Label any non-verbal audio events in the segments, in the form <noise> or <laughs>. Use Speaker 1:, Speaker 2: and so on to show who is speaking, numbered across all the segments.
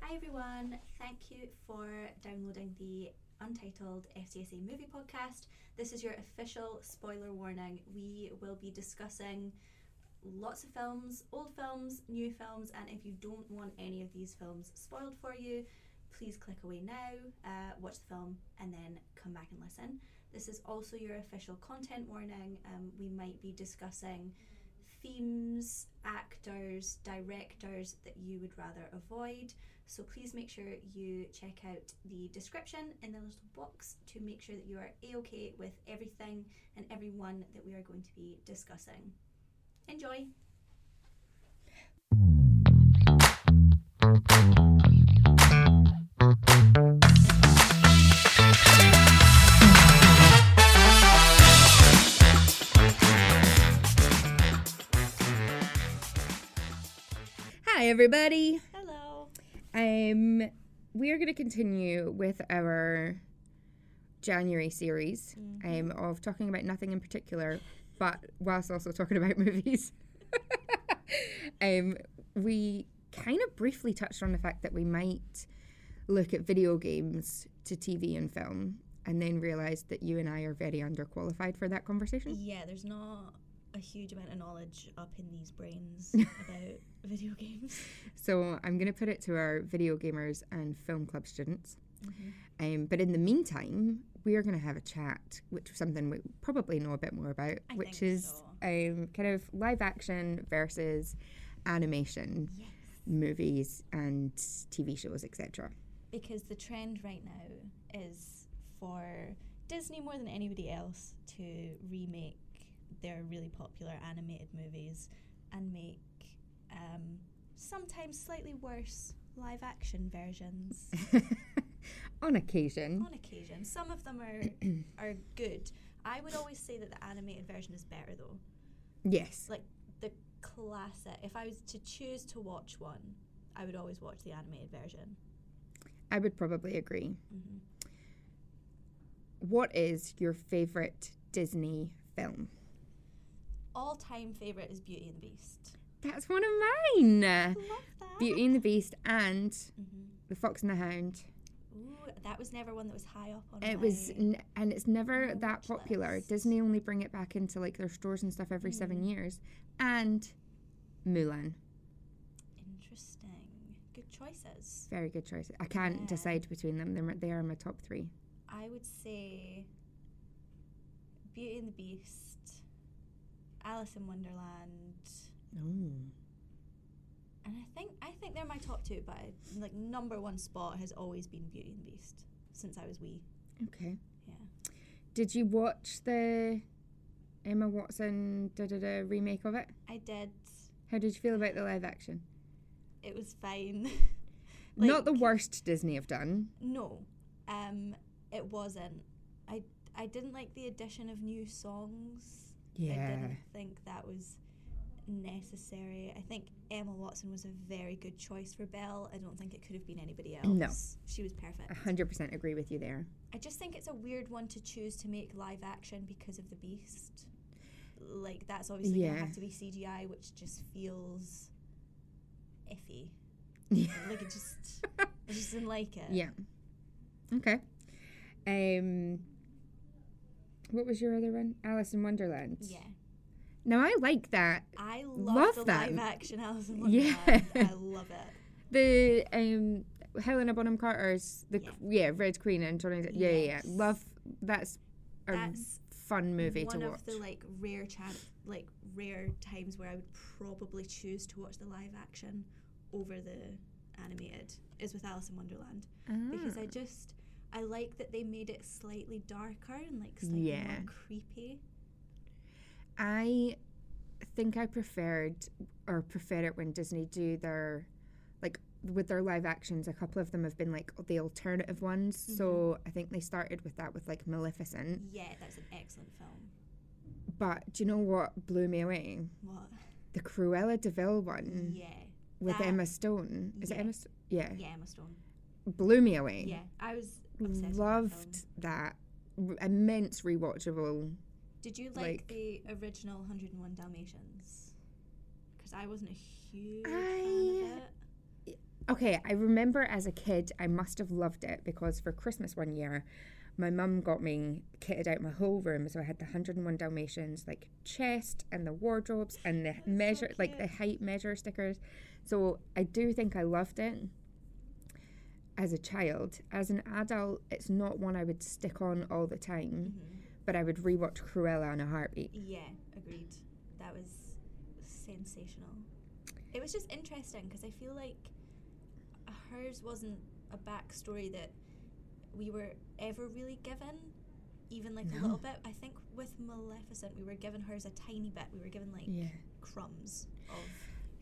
Speaker 1: Hi everyone, thank you for downloading the Untitled FCSA Movie Podcast. This is your official spoiler warning. We will be discussing lots of films, old films, new films, and if you don't want any of these films spoiled for you, please click away now, uh, watch the film, and then come back and listen. This is also your official content warning. Um, we might be discussing themes, actors, directors that you would rather avoid. So please make sure you check out the description in the little box to make sure that you are a okay with everything and everyone that we are going to be discussing. Enjoy!
Speaker 2: Hi, everybody.
Speaker 1: Hello!
Speaker 2: Um, we are going to continue with our January series um, of talking about nothing in particular, but whilst also talking about <laughs> movies. um, we kind of briefly touched on the fact that we might look at video games to TV and film, and then realised that you and I are very underqualified for that conversation.
Speaker 1: Yeah, there's not a huge amount of knowledge up in these brains about video games.
Speaker 2: So I'm going to put it to our video gamers and film club students.
Speaker 1: Mm-hmm.
Speaker 2: Um, but in the meantime, we are going to have a chat, which is something we probably know a bit more about,
Speaker 1: I
Speaker 2: which
Speaker 1: think
Speaker 2: is
Speaker 1: so.
Speaker 2: um, kind of live action versus animation,
Speaker 1: Yes.
Speaker 2: movies and TV shows, etc.
Speaker 1: Because the trend right now is for Disney more than anybody else to remake their really popular animated movies and make um, sometimes slightly worse live action versions
Speaker 2: On occasion,
Speaker 1: on occasion. Some of them are are good. I would always say that the animated version is better though.
Speaker 2: yes.
Speaker 1: like the classic. If I was to choose to watch one, I would always watch the animated version.
Speaker 2: I would probably agree.
Speaker 1: Mhm.
Speaker 2: What is your favourite Disney film?
Speaker 1: All time favorite is Beauty and the Beast.
Speaker 2: That's one of mine.
Speaker 1: Love that.
Speaker 2: Mm-hmm. Beauty and the Beast and
Speaker 1: Mhm.
Speaker 2: The Fox and the Hound.
Speaker 1: Ooh, that was never one that was high up on. my-
Speaker 2: It was, n- and it's never
Speaker 1: Never
Speaker 2: that
Speaker 1: watched
Speaker 2: popular.
Speaker 1: this.
Speaker 2: Disney only bring it back into like their stores and stuff every
Speaker 1: Mm.
Speaker 2: seven years. And Mulan,
Speaker 1: interesting. Good choices.
Speaker 2: very good choice. I can't
Speaker 1: Yeah.
Speaker 2: decide between them. They're, they are my top three.
Speaker 1: I would say Beauty and the Beast, Alice in Wonderland, Oh. and I think I think they're my top two. But I, like number one spot has always been Beauty and the Beast since I was wee.
Speaker 2: Okay.
Speaker 1: Yeah.
Speaker 2: Did you watch the Emma Watson da da da remake of it?
Speaker 1: I did.
Speaker 2: How did you feel about the live action?
Speaker 1: It was fine. <laughs>
Speaker 2: Not the
Speaker 1: Like,
Speaker 2: worst Disney have done.
Speaker 1: No, um, it wasn't. I I didn't like the addition of new songs. I didn't think that was necessary. I think Emma Watson was a very good choice for Belle. I don't think it could have been anybody else.
Speaker 2: No. Uh-huh.
Speaker 1: she was perfect.
Speaker 2: A hundred percent agree with you there.
Speaker 1: I just think it's a weird one to choose to make live action because of the Beast. Like that's obviously gonna
Speaker 2: Yeah.
Speaker 1: have to be CGI, which just feels iffy. Like it just, I just didn't like it.
Speaker 2: Yeah. Okay. Um what was your other one? Alice in Wonderland.
Speaker 1: Yeah.
Speaker 2: Now I like that.
Speaker 1: I love,
Speaker 2: Love
Speaker 1: the
Speaker 2: that.
Speaker 1: live action Alice in Wonderland.
Speaker 2: Yeah.
Speaker 1: I love
Speaker 2: <laughs>
Speaker 1: it.
Speaker 2: The um Helena Bonham Carter's the
Speaker 1: Yeah.
Speaker 2: yeah, Red Queen and Johnny Depp. Yeah, yeah, yeah.
Speaker 1: Yes.
Speaker 2: Love that's a
Speaker 1: That's
Speaker 2: fun movie
Speaker 1: One
Speaker 2: to
Speaker 1: of
Speaker 2: watch.
Speaker 1: the like rare chan- like rare times where I would probably choose to watch the live action over the animated is with Alice in Wonderland because
Speaker 2: Mm.
Speaker 1: I just I like that they made it slightly darker and like slightly
Speaker 2: Yeah.
Speaker 1: more creepy.
Speaker 2: I think Ah. I preferred or prefer it when Disney do their like with their live actions. A couple of them have been like the alternative ones. So
Speaker 1: Mm-hmm.
Speaker 2: I think they started with that with like Maleficent.
Speaker 1: Yeah, that's an excellent film.
Speaker 2: But do you know what blew me away?
Speaker 1: What?
Speaker 2: The Cruella Deville one
Speaker 1: Yeah,
Speaker 2: with
Speaker 1: Mm. that-
Speaker 2: Emma Stone. Is
Speaker 1: yeah.
Speaker 2: it Emma? St- Mm. yeah.
Speaker 1: yeah, Emma Stone.
Speaker 2: blew me away.
Speaker 1: Yeah, I was obsessed with that film.
Speaker 2: loved that, R- immense rewatchable.
Speaker 1: Did you like,
Speaker 2: like-
Speaker 1: the original 101 Dalmatians? Because I wasn't a huge fan
Speaker 2: I-
Speaker 1: of it.
Speaker 2: Okay, I remember as a kid, I must have loved it because for Christmas one year, my mum got me kitted out my whole room. So I had the 101 Dalmatians, like chest and the wardrobes and the
Speaker 1: That's so
Speaker 2: measure, like the
Speaker 1: cute.
Speaker 2: height measure stickers. So I do think I loved it as a child. As an adult, it's not one I would stick on all the time,
Speaker 1: Mm-hmm.
Speaker 2: but I would rewatch Cruella in a heartbeat.
Speaker 1: Yeah, agreed. That was sensational. It was just interesting because I feel like hers wasn't a backstory that we were ever really given, even like a
Speaker 2: No.
Speaker 1: little bit. I think with Maleficent, we were given hers a tiny bit. We were given like
Speaker 2: Yeah.
Speaker 1: crumbs of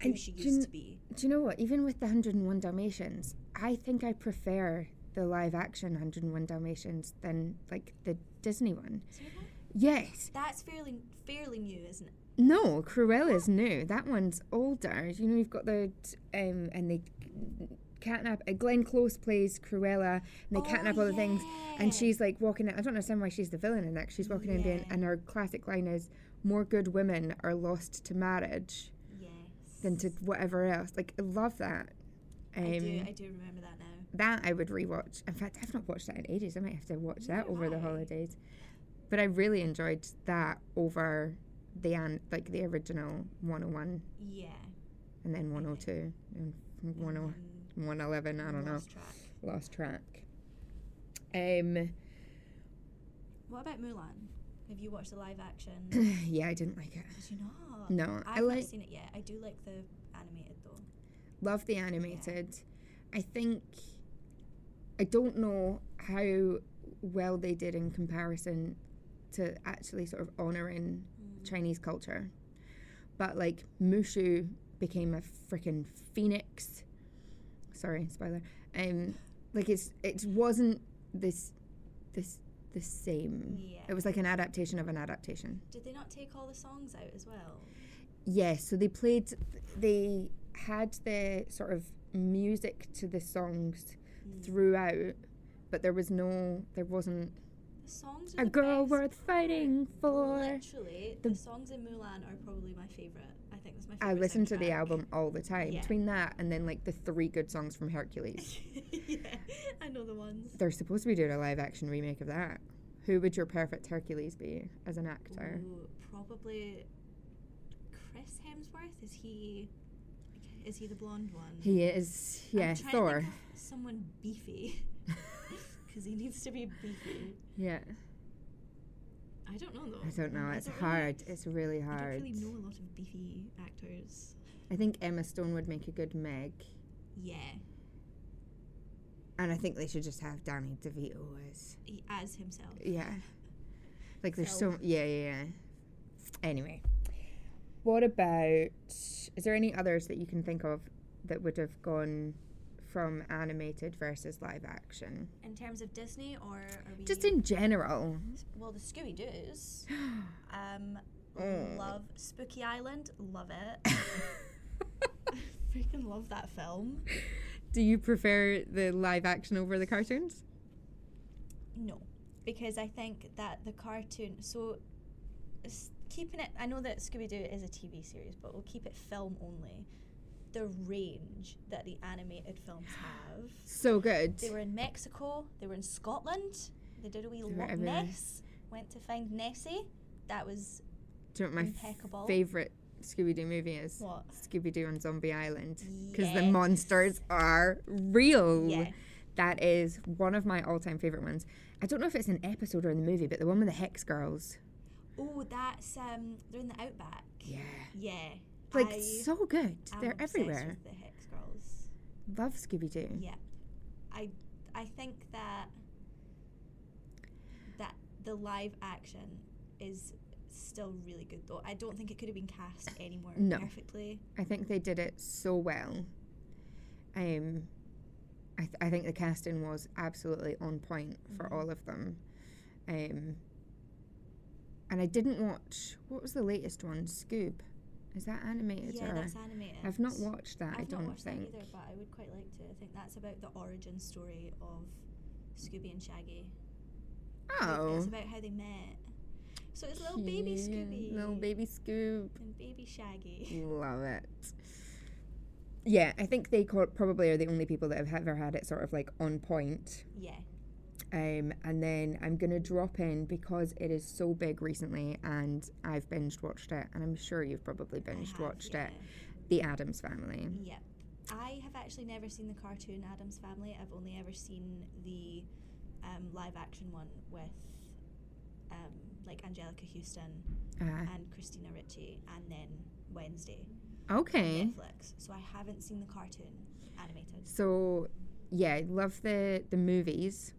Speaker 1: who
Speaker 2: And
Speaker 1: she
Speaker 2: do you
Speaker 1: used
Speaker 2: kn-
Speaker 1: to be.
Speaker 2: Do you know what? Even with the 101 Dalmatians, I think I prefer the live action 101 Dalmatians than like the Disney one.
Speaker 1: So that-
Speaker 2: Yes.
Speaker 1: That's fairly fairly new, isn't it?
Speaker 2: No, Cruella's new. That one's older. You know, you've got the um and they catnap uh, Glenn Close plays Cruella and they
Speaker 1: Oh,
Speaker 2: catnap all the things and she's like walking in, I don't understand why she's the villain in that. She's walking in being,
Speaker 1: Yeah.
Speaker 2: and her classic line is more good women are lost to marriage
Speaker 1: yes.
Speaker 2: than to whatever else. Like I love that. Um,
Speaker 1: I do I do remember that now.
Speaker 2: that I would rewatch. In fact, I've not watched that in ages. I might have to watch that
Speaker 1: Neither
Speaker 2: over the
Speaker 1: have I.
Speaker 2: holidays. But I really enjoyed that over the an- like the original 101
Speaker 1: Yeah.
Speaker 2: and then 102 and 10-
Speaker 1: Um,
Speaker 2: 111. I don't know.
Speaker 1: lost track.
Speaker 2: Lost track. Um. <clears throat>
Speaker 1: What about Mulan? Have you watched the live action?
Speaker 2: <coughs>
Speaker 1: Did
Speaker 2: yeah, I didn't like it.
Speaker 1: you not?
Speaker 2: No,
Speaker 1: I've
Speaker 2: Mm, I like
Speaker 1: not seen it yet. I do like the animated though.
Speaker 2: love the animated. I think I don't know how well they did in comparison to actually sort of honoring Chinese culture. But like Mushu became a freaking phoenix. Sorry, spoiler. Um like it's it wasn't this this the same.
Speaker 1: Yeah.
Speaker 2: It was like an adaptation of an adaptation.
Speaker 1: Did they not take all the songs out as well?
Speaker 2: Yes, so they played, they had the sort of music to the songs
Speaker 1: Mm.
Speaker 2: throughout, but there was no, there wasn't
Speaker 1: The songs. Are
Speaker 2: a
Speaker 1: the
Speaker 2: girl
Speaker 1: best.
Speaker 2: worth fighting for.
Speaker 1: Literally,
Speaker 2: The-
Speaker 1: the, songs in Mulan are probably my favorite. I think that's my favorite.
Speaker 2: I listen to the
Speaker 1: soundtrack.
Speaker 2: album all the time.
Speaker 1: Yeah.
Speaker 2: Between that and then like the three good songs from Hercules,
Speaker 1: <laughs> <laughs> yeah, I know the ones.
Speaker 2: they're supposed to be doing a live action remake of that. Who would your perfect Hercules be as an actor?
Speaker 1: Ooh, probably Chris Hemsworth. Is he? Is he the blonde one?
Speaker 2: He is, yeah,
Speaker 1: Mm. I'm trying to
Speaker 2: Thor.
Speaker 1: think of someone beefy, <laughs> because he needs to be beefy.
Speaker 2: yeah,
Speaker 1: I don't know though.
Speaker 2: I don't know.
Speaker 1: I
Speaker 2: It's
Speaker 1: don't really-
Speaker 2: hard. It's really
Speaker 1: I don't
Speaker 2: hard.
Speaker 1: really know a lot of beefy actors.
Speaker 2: I think Emma Stone would make a good Meg.
Speaker 1: Yeah,
Speaker 2: And I think they should just have Danny DeVito as
Speaker 1: he, as himself.
Speaker 2: yeah. Like there's
Speaker 1: So-
Speaker 2: so yeah yeah. yeah. Anyway, what about? Is there any others that you can think of that would have gone from animated versus live action?
Speaker 1: In terms of Disney, or are we
Speaker 2: Just in general.
Speaker 1: well the Scooby
Speaker 2: <gasps>
Speaker 1: Doo's? Um,
Speaker 2: Mm.
Speaker 1: love Spooky Island. Love
Speaker 2: <laughs>
Speaker 1: it. <laughs> Freaking love that film.
Speaker 2: Do you prefer the live action over the cartoons?
Speaker 1: No, because I think that the cartoon. So, s- keeping it. I know that Scooby Doo is a TV series, but we'll keep it film only. The range that the animated films have.
Speaker 2: So good.
Speaker 1: They were in Mexico. They were in Scotland. They did a wee
Speaker 2: were
Speaker 1: Loch
Speaker 2: everywhere.
Speaker 1: Ness. Went to find Nessie. That was
Speaker 2: Do you know what my
Speaker 1: impeccable.
Speaker 2: favorite Scooby Doo movie is?
Speaker 1: what?
Speaker 2: Scooby Doo on Zombie Island because the
Speaker 1: Yes.
Speaker 2: monsters are real.
Speaker 1: Yeah.
Speaker 2: That is one of my all time favourite ones. I don't know if it's an episode or in the movie, but the one with the Hex Girls.
Speaker 1: Oh, that's um. They're in the outback.
Speaker 2: Yeah.
Speaker 1: Yeah.
Speaker 2: Like,
Speaker 1: I
Speaker 2: so good.
Speaker 1: am
Speaker 2: They're
Speaker 1: obsessed
Speaker 2: everywhere.
Speaker 1: With the Hex Girls.
Speaker 2: Love Scooby Doo.
Speaker 1: Yeah, I I think that that the live action is still really good though. I don't think it could have been cast any more
Speaker 2: No.
Speaker 1: perfectly.
Speaker 2: I think they did it so well. Um, I, th- I think the casting was absolutely on point for
Speaker 1: Mhm.
Speaker 2: all of them. Um, and I didn't watch, what was the latest one? Scoob. Is that animated?
Speaker 1: yeah,
Speaker 2: or?
Speaker 1: that's animated.
Speaker 2: I've not watched that,
Speaker 1: I've
Speaker 2: I
Speaker 1: not
Speaker 2: don't
Speaker 1: watched
Speaker 2: think.
Speaker 1: that either, but I would quite like to. I think that's about the origin story of Scooby and Shaggy. Like,
Speaker 2: Oh.
Speaker 1: it's about how they met. So it's little baby
Speaker 2: cute.
Speaker 1: Scooby
Speaker 2: Little baby Scoob.
Speaker 1: and baby Shaggy.
Speaker 2: Love it. yeah, I think they co- probably are the only people that have ever had it sort of like on point.
Speaker 1: Yeah.
Speaker 2: Um, and then I'm going to drop in because it is so big recently and I've binge watched it, and I'm sure you've probably
Speaker 1: I
Speaker 2: binge
Speaker 1: have,
Speaker 2: watched
Speaker 1: yeah.
Speaker 2: it The Adams Family.
Speaker 1: Yep. I have actually never seen the cartoon Adam's Family. I've only ever seen the um, live action one with um, like Angelica Houston
Speaker 2: Uh,
Speaker 1: and Christina Ricci and then Wednesday on
Speaker 2: okay.
Speaker 1: Netflix. So I haven't seen the cartoon animated.
Speaker 2: So, yeah, I love the the movies.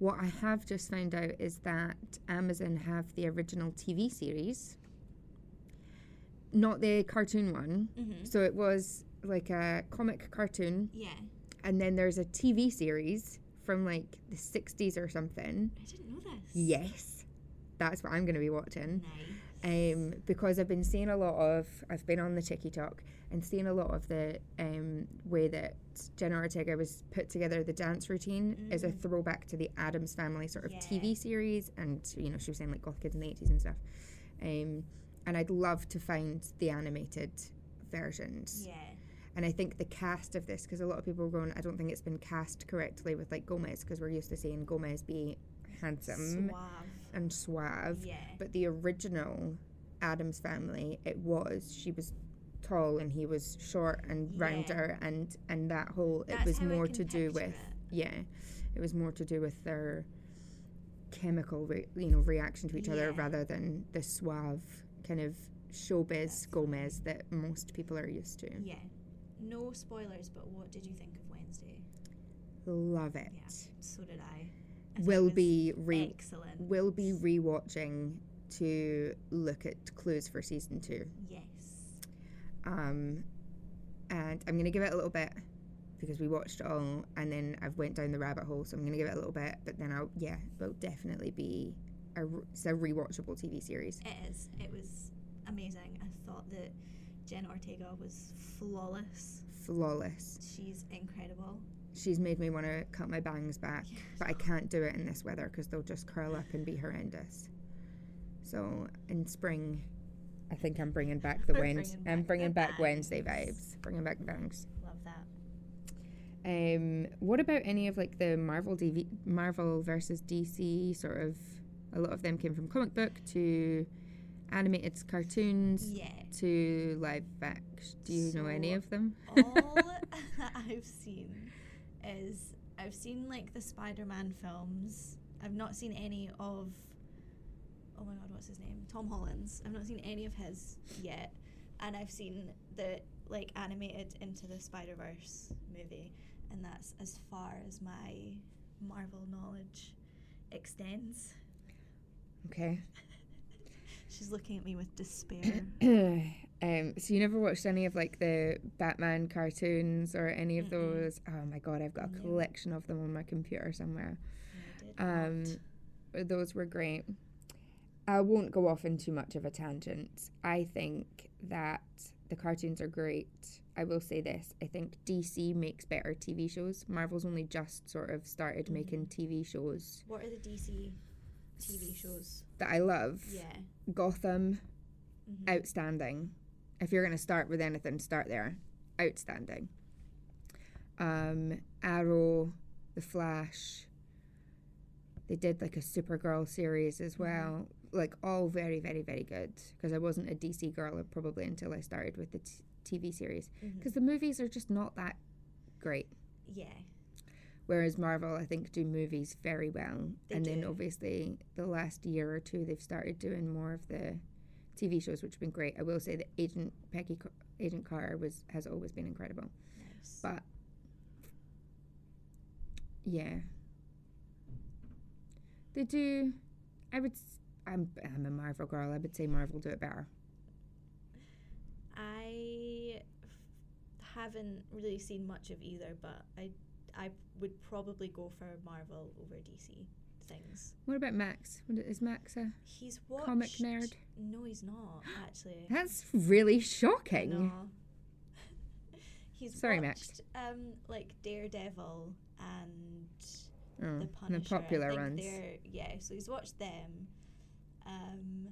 Speaker 2: What I have just found out is that Amazon have the original TV series, not the cartoon one.
Speaker 1: Mm-hmm.
Speaker 2: So it was like a comic cartoon,
Speaker 1: Yeah.
Speaker 2: and then there's a TV series from like the 60s or something.
Speaker 1: I didn't know this.
Speaker 2: Yes, that's what I'm going to be watching.
Speaker 1: Nice.
Speaker 2: Um, because I've been seeing a lot of, I've been on the TikTok and seeing a lot of the um, way that Jenna Ortega was put together the dance routine is a
Speaker 1: Mm.
Speaker 2: throwback to the Adams Family sort of
Speaker 1: Yeah.
Speaker 2: TV series, and you know she was saying like goth kids in the eighties and stuff. Um, and I'd love to find the animated versions,
Speaker 1: Yeah.
Speaker 2: and I think the cast of this because a lot of people were going, I don't think it's been cast correctly with like Gomez because we're used to seeing Gomez be handsome
Speaker 1: Suave.
Speaker 2: and suave.
Speaker 1: Yeah.
Speaker 2: But the original Adams family, it was she was tall and he was short and
Speaker 1: Yeah.
Speaker 2: rounder and and that whole it
Speaker 1: That's
Speaker 2: was
Speaker 1: how I
Speaker 2: more
Speaker 1: can
Speaker 2: to do
Speaker 1: picture
Speaker 2: with
Speaker 1: it.
Speaker 2: yeah, it was more to do with their chemical re- you know reaction to each other
Speaker 1: Yeah.
Speaker 2: rather than the suave kind of showbiz
Speaker 1: That's funny.
Speaker 2: Gomez that most people are used to.
Speaker 1: Yeah. No spoilers, but what did you think of Wednesday?
Speaker 2: Love it.
Speaker 1: Yeah. So did I. I thought it
Speaker 2: Will
Speaker 1: was
Speaker 2: be re
Speaker 1: excellent.
Speaker 2: will be rewatching to look at clues for season two.
Speaker 1: Yes.
Speaker 2: um, and I'm gonna give it a little bit because we watched it all, and then I've went down the rabbit hole, so I'm gonna give it a little bit. But then I'll yeah, will definitely be a re- it's a rewatchable TV series.
Speaker 1: It is. It was amazing. I thought that Jen Ortega was flawless.
Speaker 2: Flawless.
Speaker 1: She's incredible.
Speaker 2: She's made me want to cut my bangs back,
Speaker 1: Yeah.
Speaker 2: but I can't do it in this weather because they'll just curl up and be horrendous. So in spring, I think I'm bringing back the
Speaker 1: We're
Speaker 2: Wednesday.
Speaker 1: <laughs> bringing
Speaker 2: I'm
Speaker 1: back the
Speaker 2: bringing back Wednesday
Speaker 1: bangs.
Speaker 2: vibes. Bringing back bangs.
Speaker 1: Love that.
Speaker 2: Um, what about any of like the Marvel DV- Marvel versus DC sort of? A lot of them came from comic book to animated cartoons
Speaker 1: Yeah.
Speaker 2: to live action. Do you know any
Speaker 1: So-
Speaker 2: of them?
Speaker 1: All that I've seen is I've seen like the Spider Man films. I've not seen any of oh my god, what's his name? Tom Holland's. I've not seen any of his yet. And I've seen the like animated into the Spider Verse movie and that's as far as my Marvel knowledge extends.
Speaker 2: okay.
Speaker 1: She's looking at me with despair.
Speaker 2: <clears throat> um, so you never watched any of like the Batman cartoons or any of
Speaker 1: Mm-mm.
Speaker 2: those? Oh my god, I've got a
Speaker 1: No.
Speaker 2: collection of them on my computer somewhere.
Speaker 1: I did
Speaker 2: Um,
Speaker 1: not.
Speaker 2: those were great. I won't go off in too much of a tangent. I think that the cartoons are great. I will say this I think DC makes better TV shows. Marvel's only just sort of started
Speaker 1: Mhm.
Speaker 2: making TV shows
Speaker 1: What are the DC TV shows?
Speaker 2: that I love.
Speaker 1: Yeah.
Speaker 2: Gotham,
Speaker 1: Mhm.
Speaker 2: outstanding. If you're going to start with anything, start there. Outstanding. Um, Arrow, The Flash. They did like a Supergirl series as
Speaker 1: Mhm.
Speaker 2: well. Like all very, very, very good. Because I wasn't a DC girl probably until I started with the t- TV series.
Speaker 1: Mhm.
Speaker 2: Because the movies are just not that great.
Speaker 1: Yeah.
Speaker 2: Whereas Marvel, I think, do movies very well.
Speaker 1: They
Speaker 2: and then
Speaker 1: do.
Speaker 2: obviously the last year or two, they've started doing more of the TV shows, which have been great. I will say that Agent Peggy, Car- Agent Carter was has always been incredible.
Speaker 1: Nice.
Speaker 2: But yeah, they do. I would. s- I'm I'm a Marvel girl. I would say Marvel do it better.
Speaker 1: I f- haven't really seen much of either, but I I would probably go for Marvel over DC things.
Speaker 2: What about Max? What- Is Max a
Speaker 1: He's watched.
Speaker 2: comic nerd?
Speaker 1: No, he's not actually.
Speaker 2: That's really shocking.
Speaker 1: No. <laughs> he's
Speaker 2: Sorry, Max.
Speaker 1: watched, Um, like Daredevil and
Speaker 2: Oh,
Speaker 1: the
Speaker 2: and
Speaker 1: Punisher.
Speaker 2: the popular
Speaker 1: I think
Speaker 2: ones.
Speaker 1: they're- Yeah, so he's watched them. Um,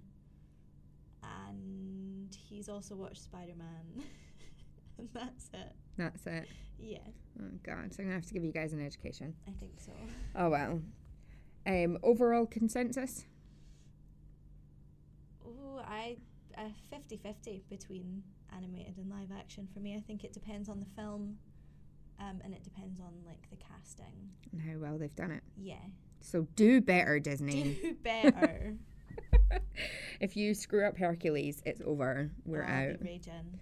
Speaker 1: <laughs> and he's also watched Spider Man. and that's it.
Speaker 2: That's it.
Speaker 1: Yeah,
Speaker 2: Oh god, so I'm gonna have to give you guys an education.
Speaker 1: I think so.
Speaker 2: Oh well. Um, overall consensus.
Speaker 1: Oh, I a 50-50 between animated and live action for me. I think it depends on the film, um, and it depends on like the casting.
Speaker 2: and how well they've done it.
Speaker 1: <laughs> Yeah,
Speaker 2: So do better, Disney.
Speaker 1: do <laughs> Oh, better.
Speaker 2: if you screw up Hercules, it's over. We're
Speaker 1: I'll be
Speaker 2: out.
Speaker 1: raging.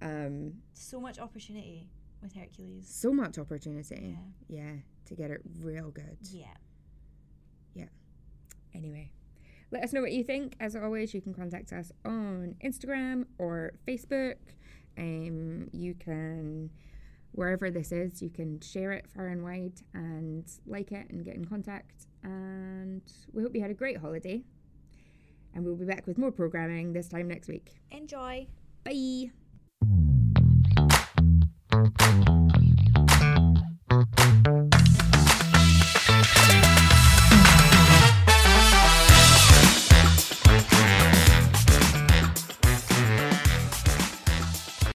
Speaker 2: Um,
Speaker 1: So much opportunity with Hercules.
Speaker 2: so much
Speaker 1: Yeah,
Speaker 2: opportunity. Yeah. to get it real good.
Speaker 1: yeah.
Speaker 2: Anyway, let us know what you think. As always, you can contact us on Instagram or Facebook. Um, you can. Wherever this is, you can share it far and wide and like it and get in contact. And we hope you had a great holiday. And we'll be back with more programming this time next week.
Speaker 1: Enjoy.
Speaker 2: Bye.